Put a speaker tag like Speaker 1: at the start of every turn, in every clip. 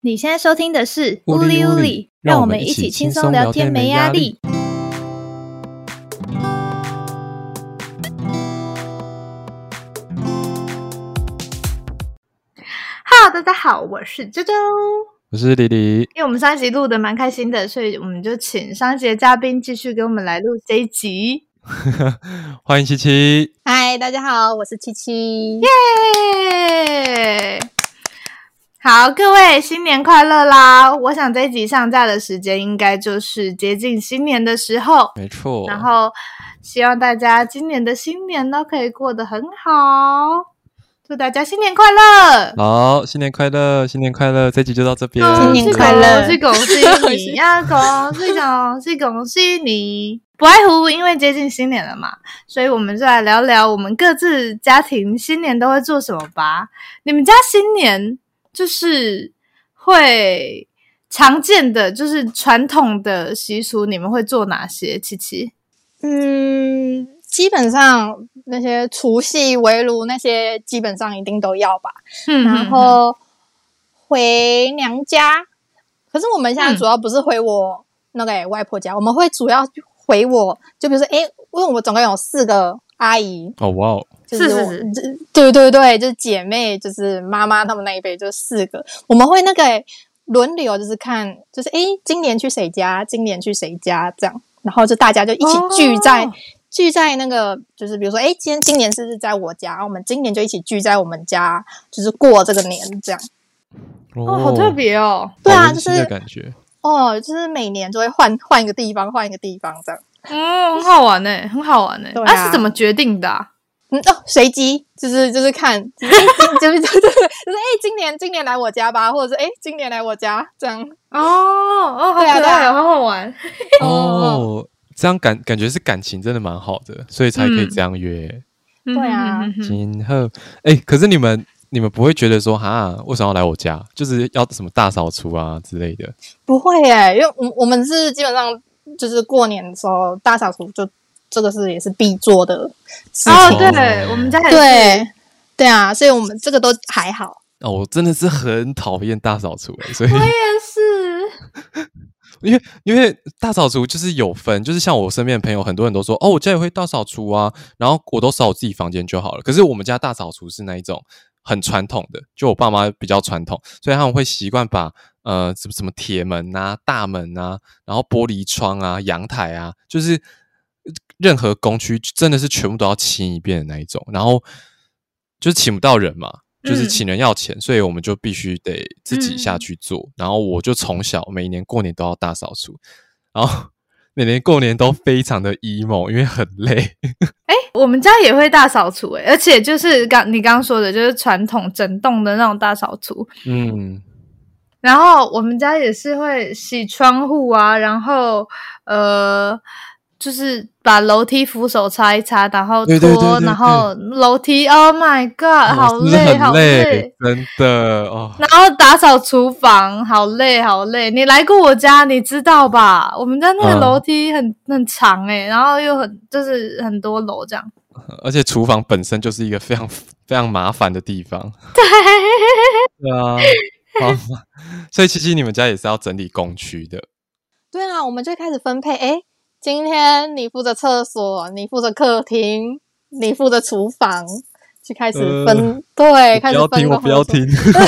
Speaker 1: 你现在收听的是《
Speaker 2: 呜
Speaker 1: 呜
Speaker 2: 哩
Speaker 1: 哩
Speaker 2: 呜
Speaker 1: 呜
Speaker 2: 哩
Speaker 1: 哩》，
Speaker 2: 让
Speaker 1: 让
Speaker 2: 我
Speaker 1: 我
Speaker 2: 们
Speaker 1: 们
Speaker 2: 一
Speaker 1: 一起
Speaker 2: 起
Speaker 1: 轻
Speaker 2: 轻松
Speaker 1: 松
Speaker 2: 聊
Speaker 1: 聊
Speaker 2: 天
Speaker 1: 天，
Speaker 2: 没
Speaker 1: 没
Speaker 2: 压
Speaker 1: 压
Speaker 2: 力
Speaker 1: 力。Hello，大家好，我是周周。
Speaker 2: 我是李 李，
Speaker 1: 因为我们上一集录的蛮开心的，所以我们就请上一集的嘉宾继续给我们来录这一集。
Speaker 2: 欢迎七七。
Speaker 3: 嗨，大家好，我是七七。
Speaker 1: 耶！好，各位新年快乐啦！我想这一集上架的时间应该就是接近新年的时候，
Speaker 2: 没错，
Speaker 1: 然后希望大家今年的新年都可以过得很好，祝大家新年快乐！
Speaker 2: 好，新年快乐，新年快乐，这集就到这边，
Speaker 1: 哦
Speaker 3: 哦新年快乐
Speaker 1: 恭喜恭喜你呀，恭喜恭喜恭喜哦你！不外乎因为接近新年了嘛，所以我们就来聊聊我们各自家庭新年都会做什么吧。你们家新年就是会常见的，就是传统的习俗，你们会做哪些？琪 琪，
Speaker 3: 嗯，基本上那些除夕围炉那些，基本上一定都要吧。
Speaker 1: 嗯
Speaker 3: 然后回娘家，可是我们现在
Speaker 1: 嗯
Speaker 3: 主要不是回我那个、外婆家，我们会主要回我，就比如说，诶，因为我总共有四个阿姨，
Speaker 2: 哦哇哦，
Speaker 3: 就是
Speaker 1: 是
Speaker 3: 我
Speaker 1: 是
Speaker 3: 这对对对，就是姐妹，就是妈妈他们那一辈，就四个，我们会那个欸轮流，就是看，就是诶，今年去谁家，今年去谁家这样，然后就大家就一起聚在、
Speaker 1: 哦
Speaker 3: 聚在那个，就是比如说，诶，今天今年是不是在我家？然后我们今年就一起聚在我们家，就是过这个年这样。
Speaker 1: 哦，好特，别哦，
Speaker 3: 对啊
Speaker 2: 好温馨的
Speaker 3: 就是
Speaker 2: 感觉，
Speaker 3: 哦，就是每年就会换换一个地方，换一个地方这样。
Speaker 1: 嗯，很好玩呢、很好玩呢、
Speaker 3: 对
Speaker 1: 那
Speaker 3: 啊
Speaker 1: 是怎么决定的啊、
Speaker 3: 嗯哦，随机就是就是看，就是 诶今就是就是就是诶，今年今年来我家吧，或者是诶，今年来我家这样。
Speaker 1: 哦哦，好
Speaker 3: 对啊
Speaker 1: 可
Speaker 3: 对
Speaker 1: 爱哦，
Speaker 3: 啊
Speaker 1: 好好玩。
Speaker 2: 哦，这样感感觉是感情真的蛮好的，所以才可以
Speaker 3: 嗯
Speaker 2: 这样约。
Speaker 3: 对
Speaker 1: 嗯哼
Speaker 3: 啊
Speaker 1: 哼哼哼
Speaker 2: 今后，哎，可是你们你们不会觉得说哈，为什么要来我家？就是要什么大扫除啊之类的？
Speaker 3: 不会耶，因为我我们是基本上就是过年的时候大扫除就，这个是也是必做的事情。
Speaker 1: 哦，
Speaker 2: 情
Speaker 1: 对，我们家也是，
Speaker 3: 对对啊，所以我们这个都还好。
Speaker 2: 哦，我真的是很讨厌大扫除、哎，所以
Speaker 1: 但是
Speaker 2: 因为因为大扫除就是有分，就是像我身边的朋友，很多人都说哦，我家也会大扫除啊，然后我都扫我自己房间就好了。可是我们家大扫除是那一种很传统的，就我爸妈比较传统，所以他们会习惯把呃什么什么铁门啊、大门啊，然后玻璃窗啊、阳台啊，就是呃任何工区真的是全部都要清一遍的那一种，然后就是请不到人嘛，就是
Speaker 1: 嗯
Speaker 2: 请人要钱，所以我们就必须得自己
Speaker 1: 嗯
Speaker 2: 下
Speaker 1: 嗯
Speaker 2: 去做。然后我就从小每一年过年都要大扫除，然后 每年过年都非常的 emo，因为很累。
Speaker 1: 我们家也会大扫除、欸，而且就是刚你刚刚说的，就是传统整栋的那种大扫除。
Speaker 2: 嗯，
Speaker 1: 然后我们家也是会洗窗户啊，然后呃，就是把楼梯扶手擦一擦，然后拖，
Speaker 2: 对对对对对
Speaker 1: 然后楼梯，Oh my God，好
Speaker 2: 哦真的
Speaker 1: 累，好
Speaker 2: 很累，真的哦。
Speaker 1: 然后打扫厨房，好累好累。你来过我家，你知道吧？我们家那个
Speaker 2: 嗯
Speaker 1: 楼梯很、很长诶、然后又很就是很多楼这样。
Speaker 2: 而且厨房本身就是一个非常非常麻烦的地方。 对啊，好嘛，所以其实你们家也是要整理工区的。
Speaker 3: 对啊，我们就会开始分配。诶，今天你负责厕所，你负责客厅，你负责厨房，就开始分。对，开
Speaker 2: 呃不要
Speaker 3: 始分
Speaker 2: 听，
Speaker 3: 工
Speaker 2: 我不要
Speaker 3: 合作
Speaker 2: 听。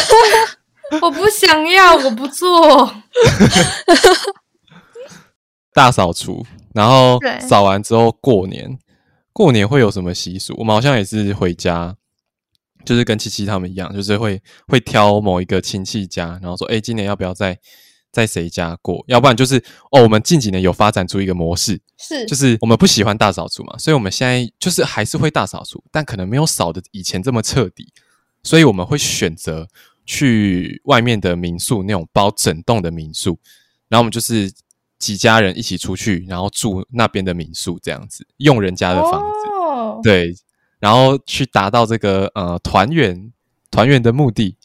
Speaker 1: 我不想要，我不做。
Speaker 2: 大扫除，然后
Speaker 1: 对
Speaker 2: 扫完之后过年，过年会有什么习俗？我们好像也是回家，就是跟七七他们一样，就是会会挑某一个亲戚家，然后说，哎，今年要不要在在谁家过？要不然就是哦，我们近几年有发展出一个模式，
Speaker 1: 是
Speaker 2: 就是我们不喜欢大扫除嘛，所以我们现在就是还是会大扫除，但可能没有扫的以前这么彻底，所以我们会选择去外面的民宿那种包整栋的民宿，然后我们就是几家人一起出去，然后住那边的民宿这样子，用人家的房子，
Speaker 1: 哦，
Speaker 2: 对，然后去达到这个呃团圆团圆的目的，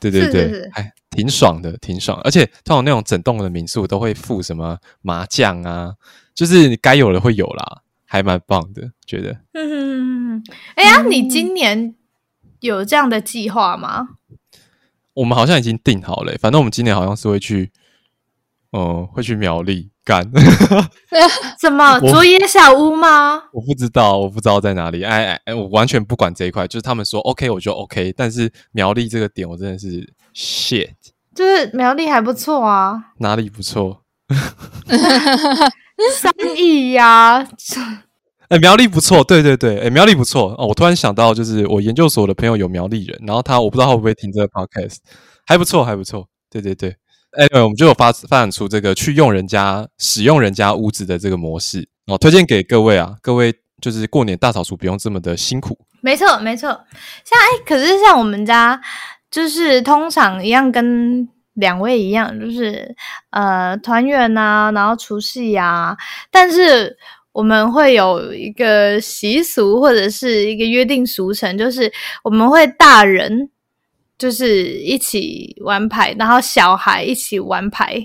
Speaker 2: 对对
Speaker 1: 是
Speaker 2: 对，
Speaker 1: 是是
Speaker 2: 还挺爽的，挺爽。而且通常那种整栋的民宿都会附什么麻将啊，就是你该有的会有啦，还蛮棒的，觉得。
Speaker 1: 嗯，哎呀，你今年有这样的计划吗？
Speaker 2: 我们好像已经定好了欸、反正我们今年好像是会去，呃，会去苗栗干。
Speaker 1: 怎么
Speaker 2: 我
Speaker 1: 竹野小屋吗？
Speaker 2: 我不知道，我不知道在哪里。哎哎哎，我完全不管这一块，就是他们说 OK 我就 OK，但是苗栗这个点我真的是 shit，
Speaker 1: 就是苗栗还不错啊，
Speaker 2: 哪里不错？
Speaker 1: 三义呀、
Speaker 2: 哎，苗栗不错，对对对，哎，苗栗不错哦。我突然想到，就是我研究所的朋友有苗栗人，然后他我不知道他会不会听这个 podcast，还不错，还不错，对对对。哎，我们就有发发展出这个去用人家使用人家屋子的这个模式哦，推荐给各位啊，各位就是过年大扫除不用这么的辛苦，
Speaker 1: 没错，没错。像哎、可是像我们家，就是通常一样跟两位一样，就是呃团圆呐，然后除夕呀、但是我们会有一个习俗或者是一个约定俗成，就是我们会大人就是一起玩牌，然后小孩一起玩牌，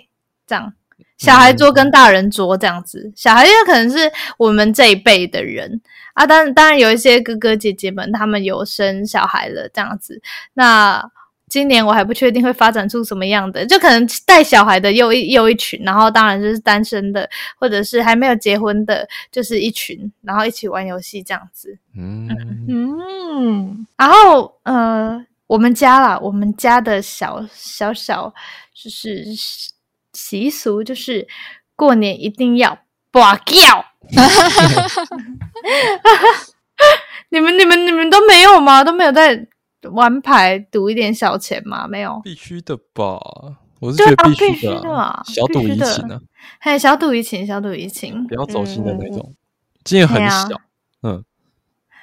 Speaker 1: 这样。小孩桌跟大人桌这样子，小孩因为可能是我们这一辈的人，啊，当然当然有一些哥哥姐姐们，他们有生小孩了这样子。那今年我还不确定会发展出什么样的，就可能带小孩的又一又一群，然后当然就是单身的，或者是还没有结婚的，就是一群，然后一起玩游戏这样子。
Speaker 2: 嗯，
Speaker 3: 嗯，
Speaker 1: 然后呃，我们家啦，我们家的小小小就是习俗，就是过年一定要拔掉。 你们、你们、你们都没有吗？都没有在玩牌赌一点小钱吗？没有。
Speaker 2: 必须的吧？我是
Speaker 1: 对
Speaker 2: 觉得
Speaker 1: 啊
Speaker 2: 必
Speaker 1: 必
Speaker 2: 须
Speaker 1: 须的
Speaker 2: 啊
Speaker 1: 啊
Speaker 2: 小
Speaker 1: 必
Speaker 2: 赌
Speaker 1: 须
Speaker 2: 怡
Speaker 1: 的
Speaker 2: 情啊。
Speaker 1: 嘿，小赌怡情，小赌怡情。
Speaker 2: 比较走心的那种，经验很
Speaker 1: 嗯对啊
Speaker 2: 小，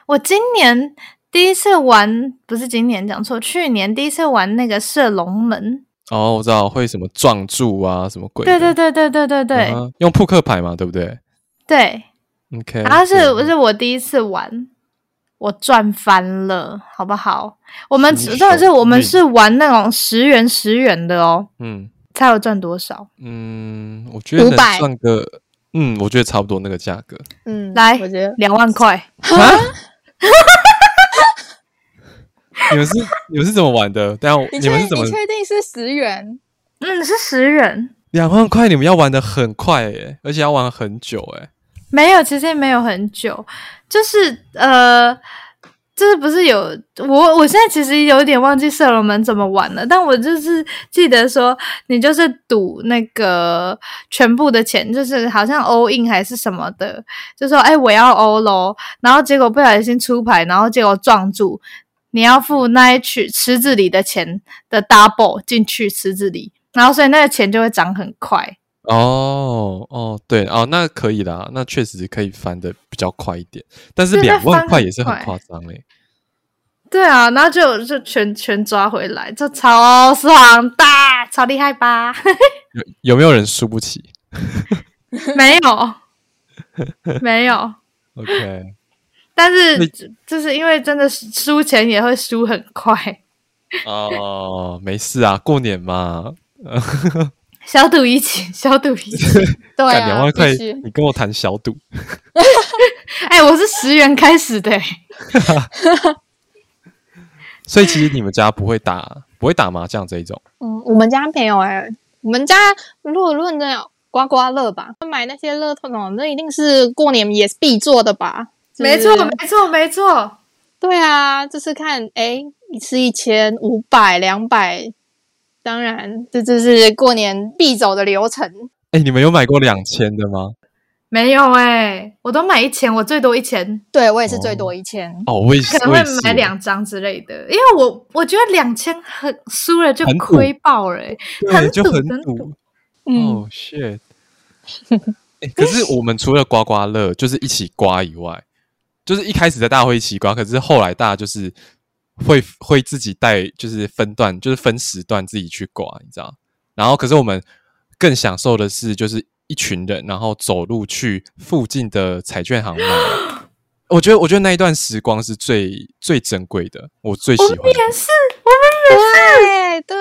Speaker 1: 我今年第一次玩，不是今年讲错，去年第一次玩那个射龙门。
Speaker 2: 哦，我知道会什么撞柱啊，什么鬼
Speaker 1: 对
Speaker 2: 的，
Speaker 1: 对对对对对对、
Speaker 2: 嗯哼用扑克牌嘛，对不对
Speaker 1: 对。
Speaker 2: ？OK，
Speaker 1: 然后是
Speaker 2: 对
Speaker 1: 是我第一次玩，我赚翻了，好不好？我们
Speaker 2: 新手
Speaker 1: 重点是我们
Speaker 2: 运
Speaker 1: 是玩那种十元十元的哦，
Speaker 2: 嗯
Speaker 1: 猜我赚多少？
Speaker 2: 嗯，我觉得能
Speaker 3: 500
Speaker 2: 算个，嗯，我觉得差不多那个价格，啊
Speaker 3: 嗯，
Speaker 1: 来
Speaker 3: 我觉得
Speaker 1: 两万块。
Speaker 2: 你们是你们是怎么玩的？但
Speaker 3: 你
Speaker 2: 你
Speaker 3: 确
Speaker 2: 们是怎么
Speaker 3: 你确定是十元？
Speaker 1: 嗯，是十元，
Speaker 2: 两万块？你们要玩的很快耶，而且要玩很久哎，
Speaker 1: 没有，其实也没有很久，就是呃。就是不是有我？我现在其实有点忘记射龙门怎么玩了，但我就是记得说，你就是赌那个全部的钱，就是好像 all in 还是什么的，就说哎、我要 all 咯，然后结果不小心出牌，然后结果撞住，你要付那一池池子里的钱的 double 进去池子里，然后所以那个钱就会涨很快。
Speaker 2: 哦哦，对哦，那可以啦，那确实可以翻的比较快一点，但是
Speaker 1: 对那
Speaker 2: 两万
Speaker 1: 翻
Speaker 2: 块
Speaker 1: 很
Speaker 2: 也是很
Speaker 1: 快
Speaker 2: 夸张哎，
Speaker 1: 对啊，然后就就全全抓回来，就超爽的，超厉害吧？
Speaker 2: 有没有人输不起？
Speaker 1: 没 有，没有，
Speaker 2: OK，
Speaker 1: 但是
Speaker 2: 那
Speaker 1: 就是因为真的是输钱也会输很快，
Speaker 2: 哦，没事啊，过年嘛，
Speaker 1: 小赌怡情，小赌怡 情。
Speaker 3: 对
Speaker 2: 干两
Speaker 3: 啊，
Speaker 2: 万块
Speaker 3: 必须，
Speaker 2: 你跟我谈小赌，
Speaker 1: 哎、我是十元开始的、
Speaker 2: 所以其实你们家不会打，不会打麻将这一种，
Speaker 3: 嗯，我们家没有哎、我们家如果论那种刮刮乐吧，买那些乐透那种，那一定是过年也是必做的吧？就是
Speaker 1: 没错，没错，没错。
Speaker 3: 对啊，就是看哎，一次一千、五百、两百，当然这就是过年必走的流程。
Speaker 2: 哎，你们有买过两千的吗？
Speaker 1: 没有哎、我都买一千，我最多一千，
Speaker 3: 对我也是
Speaker 2: 哦
Speaker 3: 最多一千、
Speaker 2: 哦，我也
Speaker 1: 可
Speaker 2: 是，
Speaker 1: 能
Speaker 2: 我
Speaker 1: 会
Speaker 2: 也是
Speaker 1: 买两张之类的，因为我我觉得两千很输了就
Speaker 2: 很赌
Speaker 1: 亏爆了、欸，
Speaker 2: 对，就
Speaker 1: 赌
Speaker 2: 很
Speaker 1: 很
Speaker 2: 赌
Speaker 1: 赌，嗯
Speaker 2: 哦，shit。哎，可是我们除了刮刮乐，就是一起刮以外，就是一开始在大家会一起刮，可是后来大家就是会会自己带，就是分段，就是分时段自己去刮，你知道？然后可是我们更享受的是，就是一群人，然后走路去附近的彩券 行买。我觉得，我觉得那一段时光是最最珍贵的，我最喜
Speaker 1: 哦我
Speaker 2: 欢
Speaker 1: 们
Speaker 2: 的。
Speaker 1: 也是，
Speaker 3: 对对，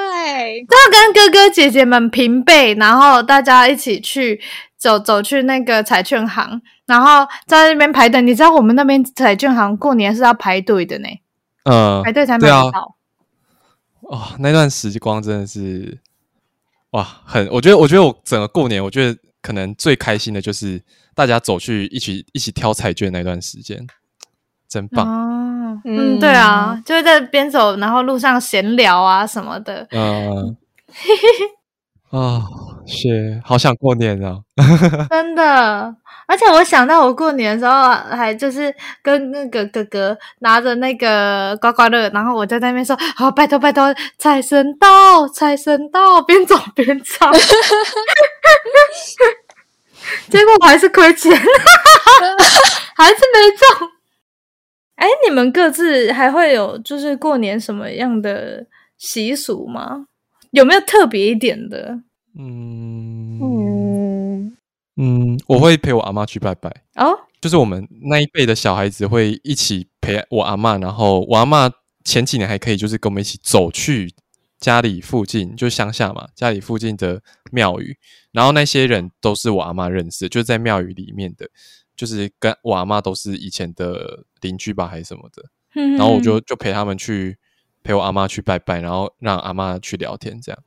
Speaker 1: 要跟哥哥姐姐们平辈，然后大家一起去走走去那个彩券行，然后在那边排队。你知道我们那边彩券行过年是要排队的呢，
Speaker 2: 嗯，
Speaker 1: 排队才买
Speaker 2: 对啊
Speaker 1: 得到。
Speaker 2: 哇，那段时光真的是哇，很我觉得，我觉得我整个过年，我觉得可能最开心的就是大家走去一起一起挑彩券那段时间，真棒。
Speaker 1: 哦，
Speaker 3: 嗯
Speaker 1: 嗯，对啊，就会在边走，然后路上闲聊啊什么的。
Speaker 2: 嗯，啊，是，好想过年啊！
Speaker 1: 真的。而且我想到我过年的时候，啊还就是跟那个哥哥拿着那个刮刮乐，然后我在那边说：“好、拜托拜托，财神到，财神到！”边走边唱， 结果我还是亏钱， 还是没中。哎，你们各自还会有就是过年什么样的习俗吗？有没有特别一点的？
Speaker 2: 嗯嗯
Speaker 3: 嗯，
Speaker 2: 我会陪我阿妈去拜拜。
Speaker 1: 哦，
Speaker 2: 就是我们那一辈的小孩子会一起陪我阿嬷，然后我阿嬷前几年还可以就是跟我们一起走去家里附近，就乡下嘛，家里附近的庙宇，然后那些人都是我阿嬷认识的，就是在庙宇里面的，就是跟我阿嬷都是以前的邻居吧还是什么的，
Speaker 1: 然
Speaker 2: 然后我就就陪他们去陪我阿嬷去拜拜，然后让阿嬷去聊天这样。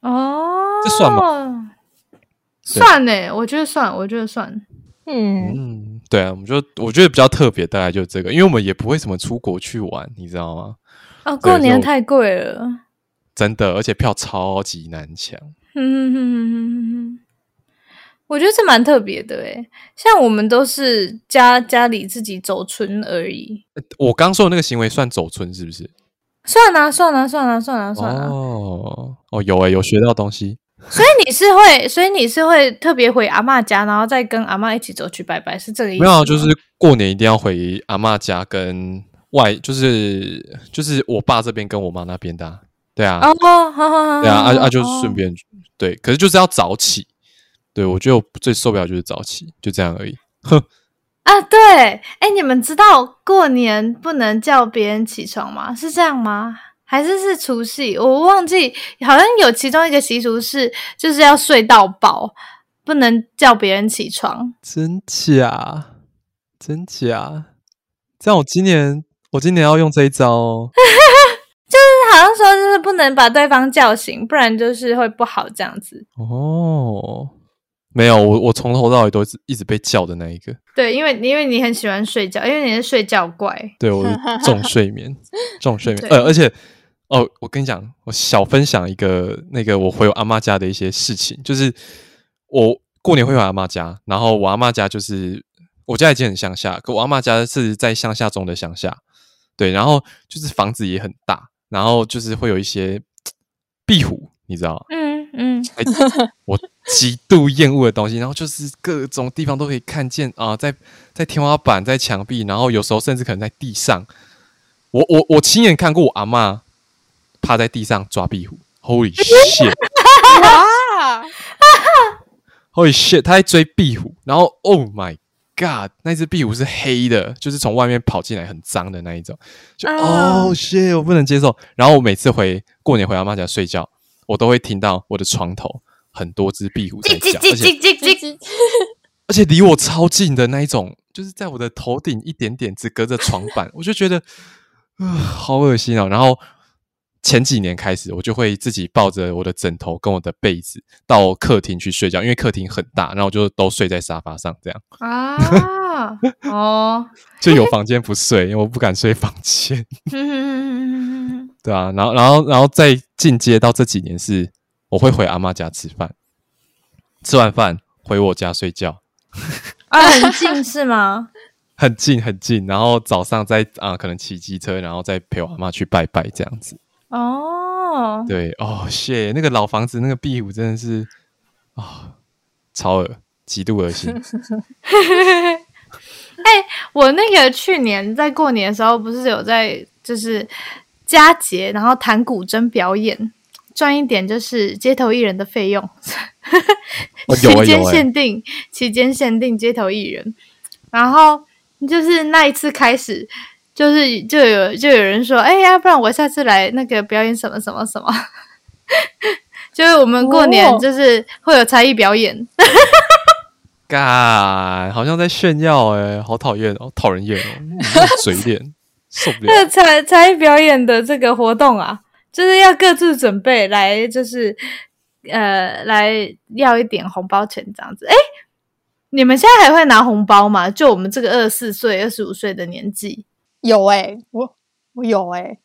Speaker 1: 哦，
Speaker 2: 这算
Speaker 1: 吗？算呢、我觉得算，我觉得算。
Speaker 3: 嗯，
Speaker 2: 嗯，对啊，我们就我觉得比较特别，大概就是这个，因为我们也不会什么出国去玩，你知道吗？
Speaker 1: 哦，
Speaker 2: 对
Speaker 1: 过年
Speaker 2: 就
Speaker 1: 太贵了。
Speaker 2: 真的，而且票超级难抢。
Speaker 1: 哼哼哼哼哼哼，我觉得这蛮特别的诶、像我们都是家家里自己走村而已。
Speaker 2: 我刚说的那个行为算走村是不是？
Speaker 1: 算啦、算啦、算啦、啊算啦、算啦、
Speaker 2: 哦哦，有诶、有学到东西。
Speaker 1: 所以你是会，所以你是会特别回阿嬷家，然后再跟阿嬷一起走去拜拜，是这个意思
Speaker 2: 没
Speaker 1: 吗？
Speaker 2: 有啊，就是过年一定要回阿嬷家，跟外就是就是我爸这边跟我妈那边的啊、对啊，
Speaker 1: 哦，好好好，
Speaker 2: 对啊，啊
Speaker 1: 好
Speaker 2: 啊就
Speaker 1: 好
Speaker 2: 顺便、对，可是就是要早起。对，我觉得我最受不了就是早起，就这样而已。
Speaker 1: 啊，对，哎，你们知道过年不能叫别人起床吗？是这样吗？还是是除夕？我忘记，好像有其中一个习俗是，就是要睡到饱，不能叫别人起床。
Speaker 2: 真假？真假？这样我今年我今年要用这一招哦。
Speaker 1: 就是好像说，就是不能把对方叫醒，不然就是会不好这样子。
Speaker 2: 哦，没有，我我从头到尾都是一直被叫的那一个，
Speaker 1: 对，因为因为你很喜欢睡觉，因为你是睡觉怪。
Speaker 2: 对我是重睡眠，重睡眠，
Speaker 1: 对
Speaker 2: 呃，而且哦，我跟你讲，我小分享一个那个我回我阿妈家的一些事情，就是我过年会回阿妈家，然后我阿妈家就是我家已经很乡下，可我阿妈家是在乡下中的乡下，对，然后就是房子也很大，然后就是会有一些壁虎，你知道吗？
Speaker 1: 嗯嗯，
Speaker 2: 哎我极度厌恶的东西，然后就是各种地方都可以看见啊、在在天花板、在墙壁，然后有时候甚至可能在地上。我我我亲眼看过我阿嬷趴在地上抓壁虎，Holy shit，Holy
Speaker 3: 哇，
Speaker 2: shit，她在追壁虎，然后 Oh my God，那只壁虎是黑的，就是从外面跑进来很脏的那一种，就
Speaker 1: 啊
Speaker 2: Oh shit，我不能接受。然后我每次回过年回阿嬷家睡觉，我都会听到我的床头很多只壁虎在
Speaker 1: 叽
Speaker 2: 叫，
Speaker 1: 叽
Speaker 2: 而
Speaker 1: 叽
Speaker 2: 且。
Speaker 1: 叽叽叽，
Speaker 2: 而且离我超近的那一种，就是在我的头顶一点点，只隔着床板， 我就觉得 啊、好恶心哦。然后前几年开始，我就会自己抱着我的枕头跟我的被子到客厅去睡觉，因为客厅很大，然后我就都睡在沙发上，这样
Speaker 1: 啊， 哦，
Speaker 2: 就有房间不睡，因为我不敢睡房间，
Speaker 1: 嗯 嗯嗯嗯
Speaker 2: 对啊。然后，然后，然后再进阶到这几年是，我会回阿妈家吃饭，吃完饭回我家睡觉，
Speaker 1: 啊，很近是吗？
Speaker 2: 很近很近，然后早上再啊、可能骑机车，然后再陪我阿妈去拜拜这样子。
Speaker 1: 哦，
Speaker 2: 对，哦，谢那个老房子那个壁虎真的是啊、超恶，极度恶心。
Speaker 1: 我那个去年在过年的时候，不是有在就是佳节，然后弹古筝表演，赚一点就是街头艺人的费用。
Speaker 2: 哦
Speaker 1: 期
Speaker 2: 有欸
Speaker 1: 间
Speaker 2: 有欸
Speaker 1: 限定，期间限定街头艺人。然后就是那一次开始，就是就有就有人说，哎、呀，不然我下次来那个表演什么什么 什么。就是我们过年
Speaker 3: 哦
Speaker 1: 就是会有才艺表演，
Speaker 2: 干，好像在炫耀哎、好讨厌哦，讨人厌哦，你那种嘴脸受不了
Speaker 1: 那。个才才艺表演的这个活动啊，就是要各自准备来，就是呃，来要一点红包钱这样子。哎，你们现在还会拿红包吗？就我们这个二十四岁、二十五岁的年纪，
Speaker 3: 有哎、我我有哎、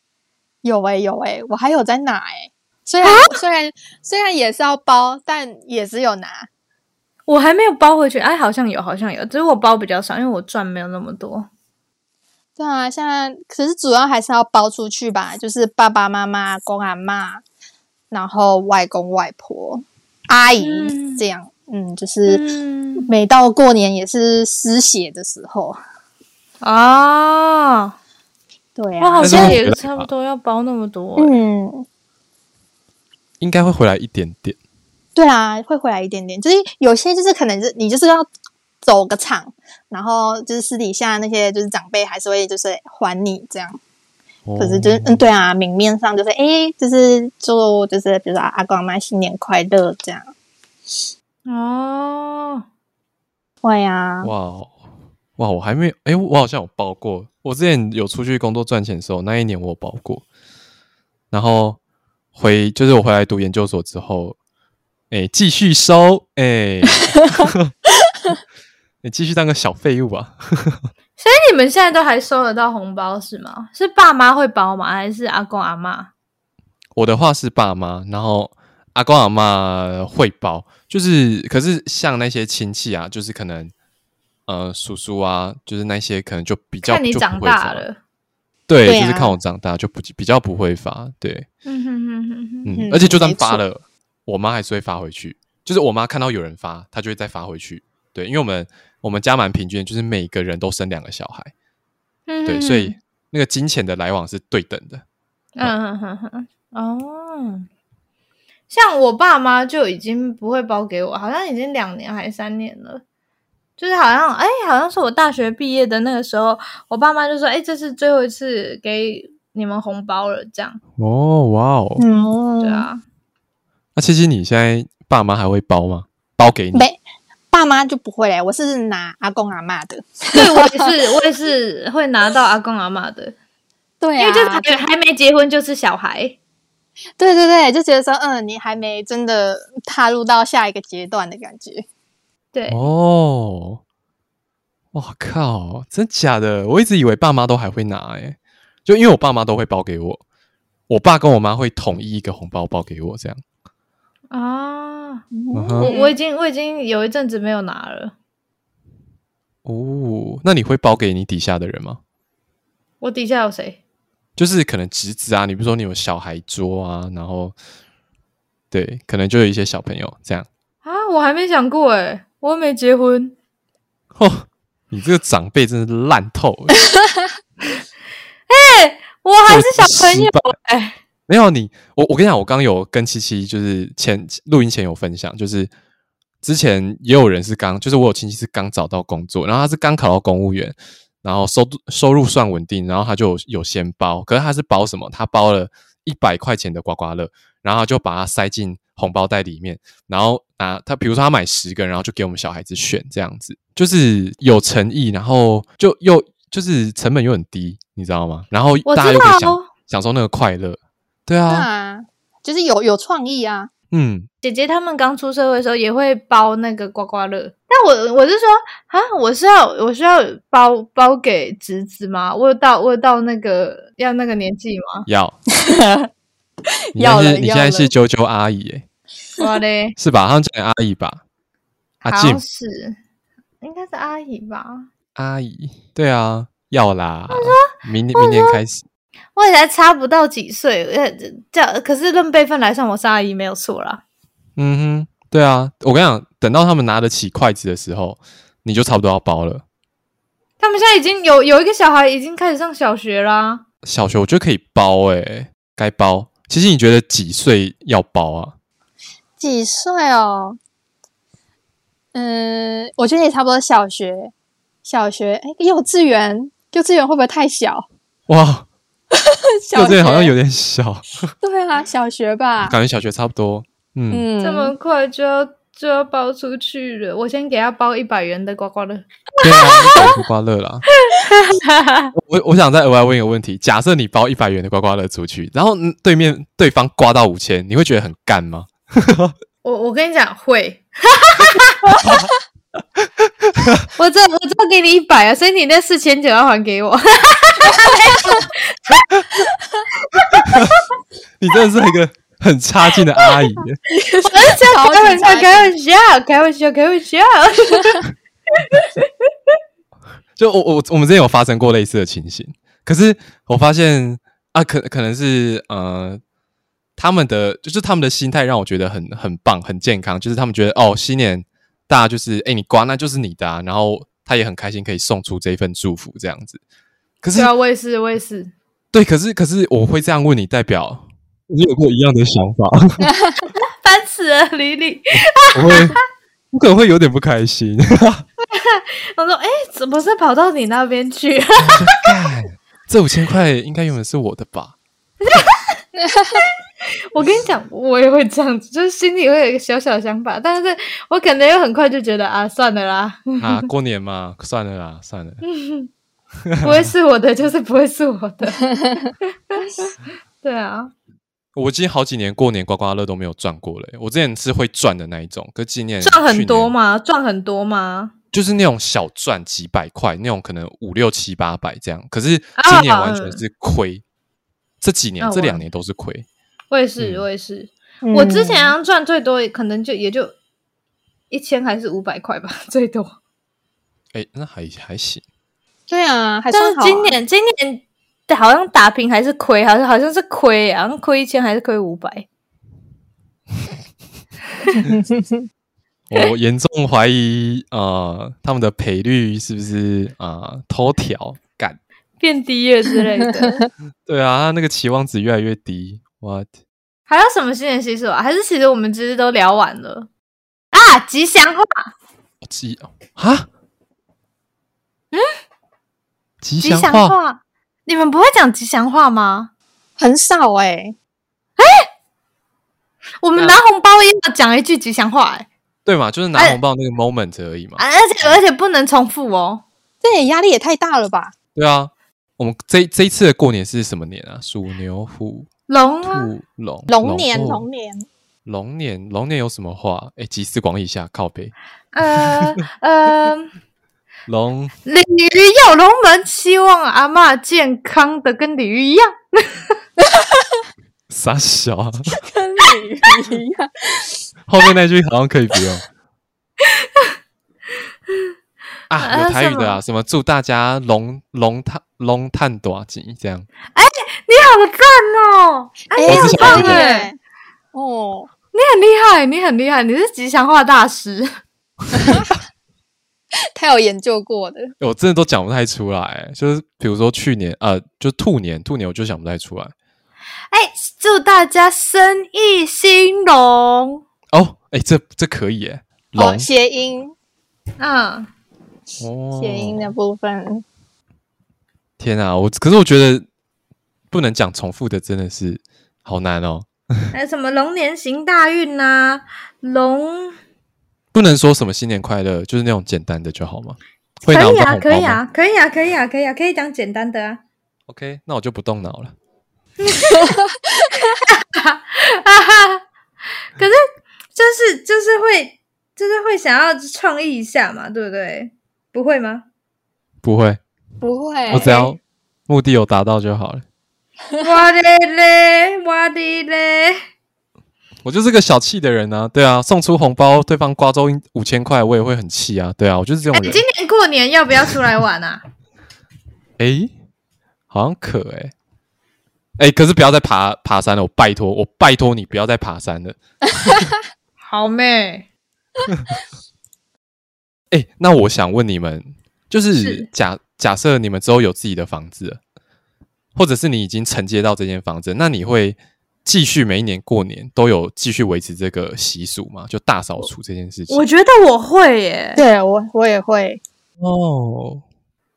Speaker 3: 有哎、有哎、我还有在拿哎、虽
Speaker 1: 啊
Speaker 3: 然、虽然虽然也是要包，但也只有拿。
Speaker 1: 我还没有包回去。哎，好像有，好像有，只是我包比较少，因为我赚没有那么多。
Speaker 3: 对啊，现在可是主要还是要包出去吧，就是爸爸妈妈、阿公阿妈，然后外公外婆、阿姨、
Speaker 1: 嗯
Speaker 3: 这样。嗯，就是
Speaker 1: 嗯，
Speaker 3: 每到过年也是失血的时候。
Speaker 1: 哦，
Speaker 3: 对
Speaker 1: 我
Speaker 3: 啊
Speaker 1: 好，像也
Speaker 2: 但是
Speaker 1: 差不多要包那么多。
Speaker 3: 嗯，
Speaker 2: 应该会回来一点点。
Speaker 3: 对啊，会回来一点点，就是有些就是可能是你就是要走个场，然后就是私底下那些就是长辈还是会就是还你这样，
Speaker 1: 哦
Speaker 3: 可是就是嗯对啊，明面上就是诶，就是祝就是比如说阿公阿妈新年快乐这样，
Speaker 1: 嗯哦，
Speaker 3: 会啊，
Speaker 2: 哇哦哇，我还没哎、我好像有包过。我之前有出去工作赚钱的时候，那一年我有包过。然后回就是我回来读研究所之后，哎、继续收 哎，你继续当个小废物啊！
Speaker 1: 所以你们现在都还收得到红包是吗？是爸妈会包吗？还是阿公阿妈？
Speaker 2: 我的话是爸妈，然后阿公阿妈会包，就是可是像那些亲戚啊，就是可能呃叔叔啊，就是那些可能就比较
Speaker 1: 看你
Speaker 2: 就
Speaker 1: 长
Speaker 2: 不会
Speaker 1: 大
Speaker 2: 发
Speaker 1: 了。
Speaker 2: 对，
Speaker 3: 对
Speaker 2: 就是
Speaker 3: 啊
Speaker 2: 看我长大就不比较不会发，对，
Speaker 1: 嗯哼哼哼哼。
Speaker 2: 嗯，
Speaker 3: 嗯
Speaker 2: 而且就算
Speaker 3: 没错
Speaker 2: 发了，我妈还是会发回去，就是我妈看到有人发，她就会再发回去，对，因为我们我们家蛮平均的，就是每个人都生两个小孩，
Speaker 1: 嗯
Speaker 2: 对，
Speaker 1: 哼
Speaker 2: 所以呃那个金钱的来往是对等的，
Speaker 1: 嗯哼哼哼，哦，像我爸妈就已经不会包给我，好像已经两年还三年了。就是好像哎、好像是我大学毕业的那个时候，我爸妈就说：“哎、这是最后一次给你们红包了。”这样，
Speaker 2: 哦，哇哦，
Speaker 3: 嗯，
Speaker 1: 对，啊，
Speaker 2: 那七七你现在爸妈还会包吗？包给你？
Speaker 3: 没爸妈就不会嘞，我是拿阿公阿妈的，
Speaker 1: 对我也是，我也是会拿到阿公阿妈 的，
Speaker 3: 对啊，
Speaker 1: 因为就是还还没结婚就是小孩，
Speaker 3: 对对对，就觉得说嗯，你还没真的踏入到下一个阶段的感觉，
Speaker 1: 对，
Speaker 2: 哦，哇靠，真假的？我一直以为爸妈都还会拿诶、就因为我爸妈都会包给我，我爸跟我妈会统一一个红包包给我这样。
Speaker 1: 啊，
Speaker 2: 嗯
Speaker 1: 我
Speaker 2: 哼
Speaker 1: 我已经我已经有一阵子没有拿了，
Speaker 2: 哦，那你会包给你底下的人吗？
Speaker 1: 我底下有谁？
Speaker 2: 就是可能侄子啊，你比如说你有小孩桌啊，然后对，可能就有一些小朋友这样。
Speaker 1: 啊，我还没想过哎、我又没结婚。
Speaker 2: 哦，你这个长辈真是烂透了，
Speaker 1: 我还是小朋友
Speaker 2: 我失败
Speaker 1: 哎、
Speaker 2: 没有你，我我跟你讲，我刚有跟七七就是前录音前有分享，就是之前也有人是刚，就是我有亲戚是刚找到工作，然后他是刚考到公务员，然后收收入算稳定，然后他就有有先包，可是他是包什么？他包了一百块钱的刮刮乐，然后他就把它塞进红包袋里面，然后拿他比如说他买十个，然后就给我们小孩子选这样子，就是有诚意，然后就又就是成本又很低，你知道吗？然后
Speaker 1: 我
Speaker 2: 大家
Speaker 1: 知
Speaker 2: 又可以
Speaker 1: 道
Speaker 2: 享
Speaker 1: 哦。
Speaker 2: 享受那个快乐。对
Speaker 3: 对
Speaker 2: 啊，
Speaker 3: 啊，就是有有创意啊，
Speaker 2: 嗯，
Speaker 1: 姐姐他们刚出社会的时候也会包那个刮刮乐，但我我是说啊，我是要我需要包包给侄子吗？我有到我有到那个要那个年纪吗？
Speaker 2: 要你
Speaker 3: 要
Speaker 2: 现在
Speaker 3: 了
Speaker 2: 是你
Speaker 3: 要
Speaker 2: 现在
Speaker 3: 了
Speaker 2: 是啾啾阿姨耶，，
Speaker 1: 我嘞
Speaker 2: 是吧？他们叫你阿姨吧？
Speaker 1: 好
Speaker 2: 阿
Speaker 1: 像
Speaker 2: 静
Speaker 1: 是应该是阿姨吧。
Speaker 2: 阿姨，对啊，要啦。明年明年开始，
Speaker 1: 我也才差不到几岁，呃，这样可是论辈分来算，我是阿姨没有错啦。
Speaker 2: 嗯哼，对啊。我跟你讲，等到他们拿得起筷子的时候，你就差不多要包了。
Speaker 1: 他们现在已经有有一个小孩已经开始上小学啦。
Speaker 2: 小学我觉得可以包诶，该包。其实你觉得几岁要包啊？
Speaker 3: 几岁哦？嗯，我觉得也差不多小学，小学哎，幼稚园，幼稚园会不会太小？
Speaker 2: 哇，
Speaker 3: 小
Speaker 2: 幼
Speaker 3: 学
Speaker 2: 稚园好像有点小，
Speaker 3: 对啊，小学吧。
Speaker 2: 感觉小学差不多。嗯，
Speaker 3: 嗯，
Speaker 1: 这么快就要就要包出去了。我先给他包一百元的刮刮乐。
Speaker 2: 对啊，刮刮乐啦。 我我想再额外问一个问题：假设你包一百元的刮刮乐出去，然后嗯对面对方刮到五千，你会觉得很干吗？
Speaker 1: 我我跟你讲会，我这我这给你一百啊，所以你那四千九要还给我。
Speaker 2: 你真的是一个很差劲的阿姨耶。欸
Speaker 1: 我是这样
Speaker 3: 超级
Speaker 1: 开玩笑
Speaker 3: 差，劲
Speaker 1: 开玩笑，开玩笑，开玩笑。
Speaker 2: 就我我我们之前有发生过类似的情形，可是我发现啊，可可能是呃，他们的就是他们的心态让我觉得很很棒，很健康，就是他们觉得哦，新年大家就是哎、你刮那就是你的、啊，然后他也很开心可以送出这一份祝福这样子。可是
Speaker 1: 对啊，我也是，我也是。
Speaker 2: 对，可是可是我会这样问你，代表你有过一样的想法，
Speaker 1: 烦死了，李李。
Speaker 2: 我会我可能会有点不开心。
Speaker 1: 我说，哎，怎么是跑到你那边去？啊
Speaker 2: 干这五千块应该原本是我的吧？
Speaker 1: 我跟你讲，我也会这样子，就是心里会有一个小小的想法，但是我可能又很快就觉得啊，算了啦，
Speaker 2: 啊，过年嘛，算了啦，算了。
Speaker 1: 不会是我的就是不会是我的。对啊，
Speaker 2: 我今好几年过年刮刮乐都没有赚过嘞、我之前是会赚的那一种，可今年
Speaker 1: 赚很多
Speaker 2: 哎去年？
Speaker 1: 嘛，赚很多嘛。
Speaker 2: 就是那种小赚几百块，那种可能五六七八百这样。可是
Speaker 1: 啊
Speaker 2: 今年完全是亏，这几年、
Speaker 1: 啊
Speaker 2: 这
Speaker 1: 我
Speaker 2: 两年都是亏。
Speaker 1: 我也是，
Speaker 2: 嗯
Speaker 1: 我也是。
Speaker 3: 嗯
Speaker 1: 我之前啊赚最多，可能就也就一千还是五百块吧， 最多。
Speaker 2: 哎、那还还行，
Speaker 3: 对啊，还
Speaker 1: 但
Speaker 3: 算
Speaker 1: 是
Speaker 3: 好啊。
Speaker 1: 今年，今年好像打平还是亏，好像好像是亏，好像亏一千还是亏五百。
Speaker 2: 我严重怀疑呃，他们的赔率是不是啊、呃头条干？
Speaker 1: 变低了之类 的，
Speaker 2: 对啊，那个期望值越来越低。What？
Speaker 1: 还有什么新年习俗啊？还是其实我们其实都聊完了啊？吉祥话，
Speaker 2: 吉啊？吉
Speaker 1: 嗯吉
Speaker 2: 祥
Speaker 1: 祥
Speaker 2: 话？
Speaker 1: 话，你们不会讲吉祥话吗？
Speaker 3: 很少哎，
Speaker 1: 我们
Speaker 2: 嗯
Speaker 1: 拿红包也要讲一句吉祥话、欸，
Speaker 2: 对嘛，就是拿红包那个 moment 而已嘛。
Speaker 1: 啊而且而且不能重复哦。
Speaker 3: 这也压力也太大了吧？
Speaker 2: 对啊，我们这这一次的过年是什么年啊？鼠、牛、虎、
Speaker 1: 龙
Speaker 2: 兔
Speaker 1: 啊，、
Speaker 2: 龙、
Speaker 3: 龙年，
Speaker 2: 后
Speaker 3: 龙年，
Speaker 2: 龙年，龙年有什么话？哎，集思广益一下，靠背。
Speaker 1: 呃呃，
Speaker 2: 龙
Speaker 1: 鲤鱼跃龙门，希望阿嬷健康的跟鲤鱼一样。
Speaker 2: 傻小 啊，
Speaker 3: 跟你一样。
Speaker 2: 后面那句好像可以不用。啊，
Speaker 1: 啊
Speaker 2: 有台语的
Speaker 1: 什
Speaker 2: 啊，
Speaker 1: 么
Speaker 2: 什么祝大家龙龙探龙探短吉这样。
Speaker 1: 你好赞哦！哎、
Speaker 3: 哎
Speaker 1: 你
Speaker 2: 我
Speaker 1: 很
Speaker 2: 只想
Speaker 1: 棒
Speaker 2: 这个
Speaker 1: 哎、
Speaker 3: 耶！哦，
Speaker 1: 你很厉害，你很厉害，你是吉祥话大师。
Speaker 3: 他有研究过的，
Speaker 2: 哎我真的都讲不太出来，就是比如说去年，呃，就兔年，兔年我就想不太出来。
Speaker 1: 哎、祝大家生意兴隆。
Speaker 2: 哦，哎，这这可以哎，龙
Speaker 3: 哦，谐音，
Speaker 1: 嗯，
Speaker 2: 哦
Speaker 3: 谐音的部分，
Speaker 2: 天啊，我可是我觉得不能讲重复的，真的是好难哦。
Speaker 1: 还有什么龙年行大运呐、龙
Speaker 2: 不能说什么新年快乐，就是那种简单的就好吗？
Speaker 1: 可
Speaker 2: 会拿
Speaker 1: 以
Speaker 2: 我
Speaker 1: 啊，
Speaker 2: 们
Speaker 1: 可以
Speaker 2: 红包吗
Speaker 1: 啊，可以啊，可以啊，可以啊，可以讲简单的啊。
Speaker 2: ，OK，那我就不动脑了。
Speaker 1: 哈哈， 可是就是就是会就是会想要创意一下嘛，对不对？不会吗？
Speaker 2: 不会，
Speaker 3: 不会，
Speaker 2: 我只
Speaker 1: 哎
Speaker 2: 要目的有达到就好了。
Speaker 1: 我的嘞，我的嘞，
Speaker 2: 我就是个小气的人啊，对啊，送出红包，对方刮中五千块，我也会很气啊，对啊，我就是这种
Speaker 1: 哎
Speaker 2: 人
Speaker 1: 今。年过年要不要出来玩啊？
Speaker 2: 哎、好像可哎、欸，哎、可是不要再爬爬山了，我拜托，我拜托你不要再爬山了。
Speaker 1: 好妹，
Speaker 2: 哎、那我想问你们，就是
Speaker 1: 是
Speaker 2: 假假设你们之后有自己的房子了，或者是你已经承接到这间房子，那你会继续每一年过年都有继续维持这个习俗吗？就大扫除这件事情？
Speaker 1: 我觉得我会耶，
Speaker 3: 对我我也会，
Speaker 2: 哦，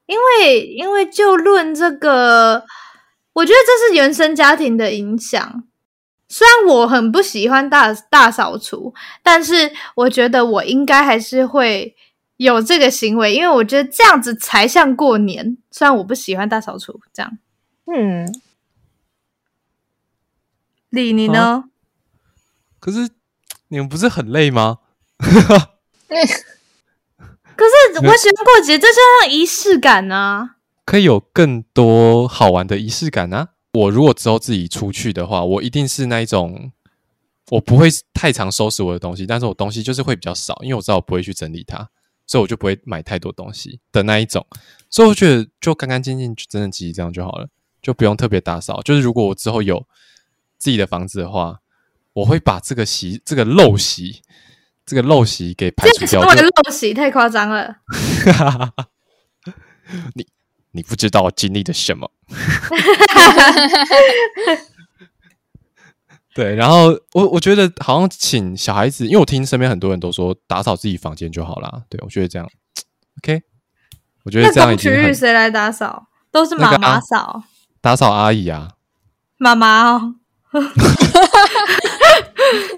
Speaker 1: 因为因为就论这个，我觉得这是原生家庭的影响。虽然我很不喜欢大大扫除，但是我觉得我应该还是会有这个行为，因为我觉得这样子才像过年。虽然我不喜欢大扫除，这样。
Speaker 3: 嗯，
Speaker 1: 李，你
Speaker 2: 哦
Speaker 1: 呢？
Speaker 2: 可是你们不是很累吗？
Speaker 1: 可是我喜欢过节，这就像仪式感啊。
Speaker 2: 可以有更多好玩的仪式感啊！我如果之后自己出去的话，我一定是那一种，我不会太常收拾我的东西，但是我东西就是会比较少，因为我知道我不会去整理它，所以我就不会买太多东西的那一种。所以我觉得就干干净净、整整齐齐这样就好了，就不用特别打扫。就是如果我之后有自己的房子的话，我会把这个习、这个陋习、这个陋习给排除
Speaker 1: 这
Speaker 2: 掉
Speaker 1: 个。为陋习太夸张了。
Speaker 2: 你你不知道我经历了什么。对，然后我我觉得好像请小孩子，因为我听身边很多人都说打扫自己房间就好啦。对我觉得这样，OK，我觉得
Speaker 1: 那
Speaker 2: 这样
Speaker 1: 公
Speaker 2: 已
Speaker 1: 区
Speaker 2: 经
Speaker 1: 域
Speaker 2: 很
Speaker 1: 谁来打扫？都是
Speaker 2: 那个
Speaker 1: 妈
Speaker 2: 啊
Speaker 1: 妈扫，
Speaker 2: 打扫阿姨啊，
Speaker 1: 妈妈哦。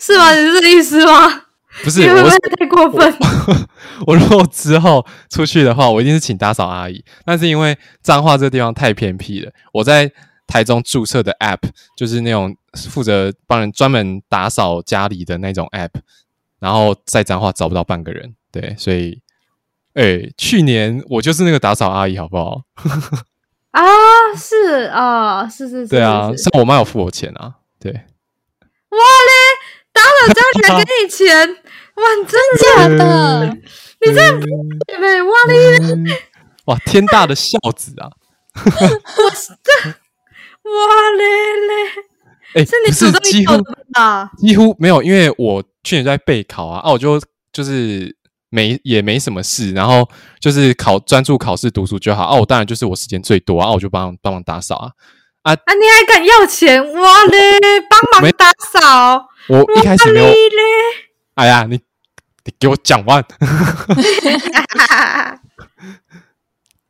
Speaker 1: 是吗？你是这个意思吗？
Speaker 2: 不 是
Speaker 1: 你会不
Speaker 2: 我
Speaker 1: 会
Speaker 2: 是
Speaker 1: 太过分？
Speaker 2: 我如果之后出去的话，我一定是请打扫阿姨。那是因为彰化这个地方太偏僻了，我在台中注册的 App 就是那种负责帮人专门打扫家里的那种 App，然后在彰化找不到半个人。对，所以，哎、去年我就是那个打扫阿姨，好不好？
Speaker 1: 啊，是啊、是是是，
Speaker 2: 对啊，
Speaker 1: 是是
Speaker 2: 像我妈有付我钱啊。对，
Speaker 1: 哇嘞，打扫家里还给你钱，哇，你真
Speaker 3: 假的，
Speaker 2: 你 这样、
Speaker 1: 的嘞，哇嘞，
Speaker 2: 哇，天大的孝子啊！
Speaker 1: 哇嘞嘞，
Speaker 2: 哎、
Speaker 1: 是你
Speaker 2: 不
Speaker 1: 主动
Speaker 2: 几乎
Speaker 1: 要的吧？
Speaker 2: 几乎没有，因为我去年在备考啊，啊，我就就是没也没什么事，然后就是考专注考试读书就好啊。我当然就是我时间最多啊，啊我就帮忙帮忙打扫啊。
Speaker 1: 啊，你还敢要钱？哇嘞，帮
Speaker 2: 没
Speaker 1: 忙打扫，
Speaker 2: 我一开
Speaker 1: 哇
Speaker 2: 始没有，
Speaker 1: 嘞 嘞，
Speaker 2: 哎呀，你你给我讲完。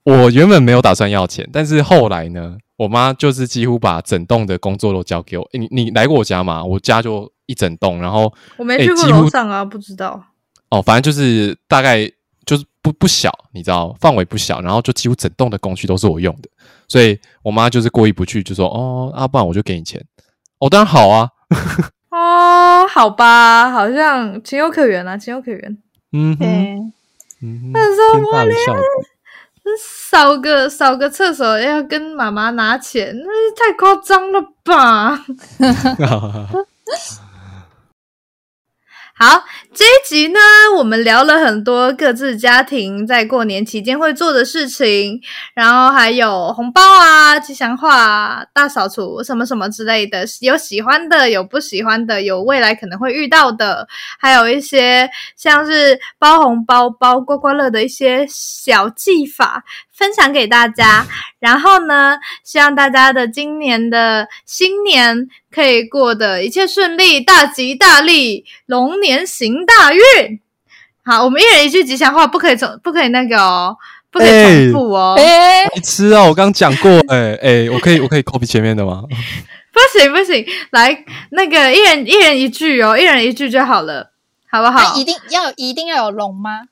Speaker 2: 我原本没有打算要钱，但是后来呢，我妈就是几乎把整栋的工作都交给我。诶你你来过我家吗？我家就一整栋，然后
Speaker 1: 我没
Speaker 2: 哎
Speaker 1: 去过
Speaker 2: 几乎
Speaker 1: 楼上啊，不知道。
Speaker 2: 哦，反正就是大概就是不不小，你知道范围不小，然后就几乎整栋的工序都是我用的，所以我妈就是过意不去，就说哦，啊，不然我就给你钱。哦，当然好啊，
Speaker 1: 哦，好吧，好像情有可原啊，情有可原。
Speaker 2: 嗯哼，
Speaker 3: 对，
Speaker 2: 嗯哼，
Speaker 1: 那时候
Speaker 2: 天大的孝子
Speaker 1: 扫个扫个厕所要跟妈妈拿钱，那是太夸张了吧？好，这一集呢，我们聊了很多各自家庭在过年期间会做的事情，然后还有红包啊、吉祥话啊、大扫除什么什么之类的，有喜欢的，有不喜欢的，有未来可能会遇到的，还有一些像是包红包、包刮刮乐的一些小技法分享给大家。然后呢，希望大家的今年的新年可以过得一切顺利，大吉大利，龙年行大运。好，我们一人一句吉祥话，不可以重，不可以那个哦，不可以重复哦，
Speaker 3: 哎、
Speaker 2: 白痴啊！我刚讲过，哎、哎、我可以我可以 copy 前面的吗？
Speaker 1: 不行不行，来那个一人一人一句哦，一人一句就好了，好不
Speaker 3: 那
Speaker 1: 好？
Speaker 3: 一定要一定要有龙吗？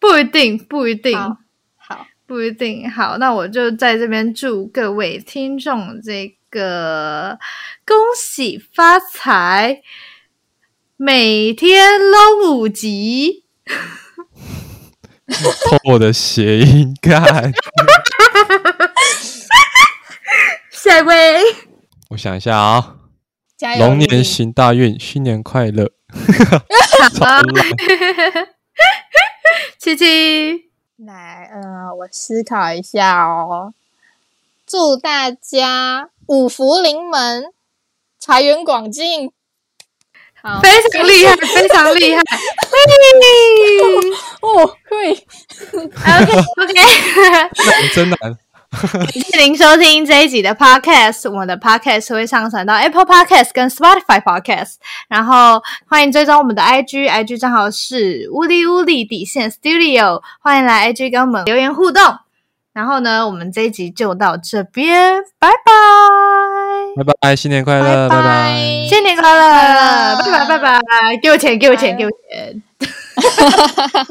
Speaker 1: 不一定，不一定。
Speaker 3: 好好，
Speaker 1: 不一定。好，那我就在这边祝各位听众这个恭喜发财，每天捞五集。
Speaker 2: 偷我的谐音干，
Speaker 1: 下一位，
Speaker 2: 我想一下啊、
Speaker 3: 加油！
Speaker 2: 龙
Speaker 3: 努力
Speaker 2: 年行大运，新年快乐！ 超烂
Speaker 1: 七七，
Speaker 3: 来，呃，我思考一下哦。祝大家五福临门，财源广进。好，
Speaker 1: 非常厉害，非常厉 害。嘿
Speaker 3: 哦，会
Speaker 1: OK OK。
Speaker 2: 真难。
Speaker 1: 谢谢您收听这一集的 Podcast。我们的 Podcast 会上传到 Apple Podcast 跟 Spotify Podcast，然后欢迎追踪我们的 IG，IG 账号是乌里乌里底线 Studio，欢迎来 IG 跟我们留言互动。然后呢，我们这一集就到这边，拜拜，
Speaker 2: 拜拜，新年快乐，
Speaker 3: 拜拜
Speaker 2: 拜
Speaker 1: 新年快乐，拜拜拜拜，给我钱，给我钱，给我钱。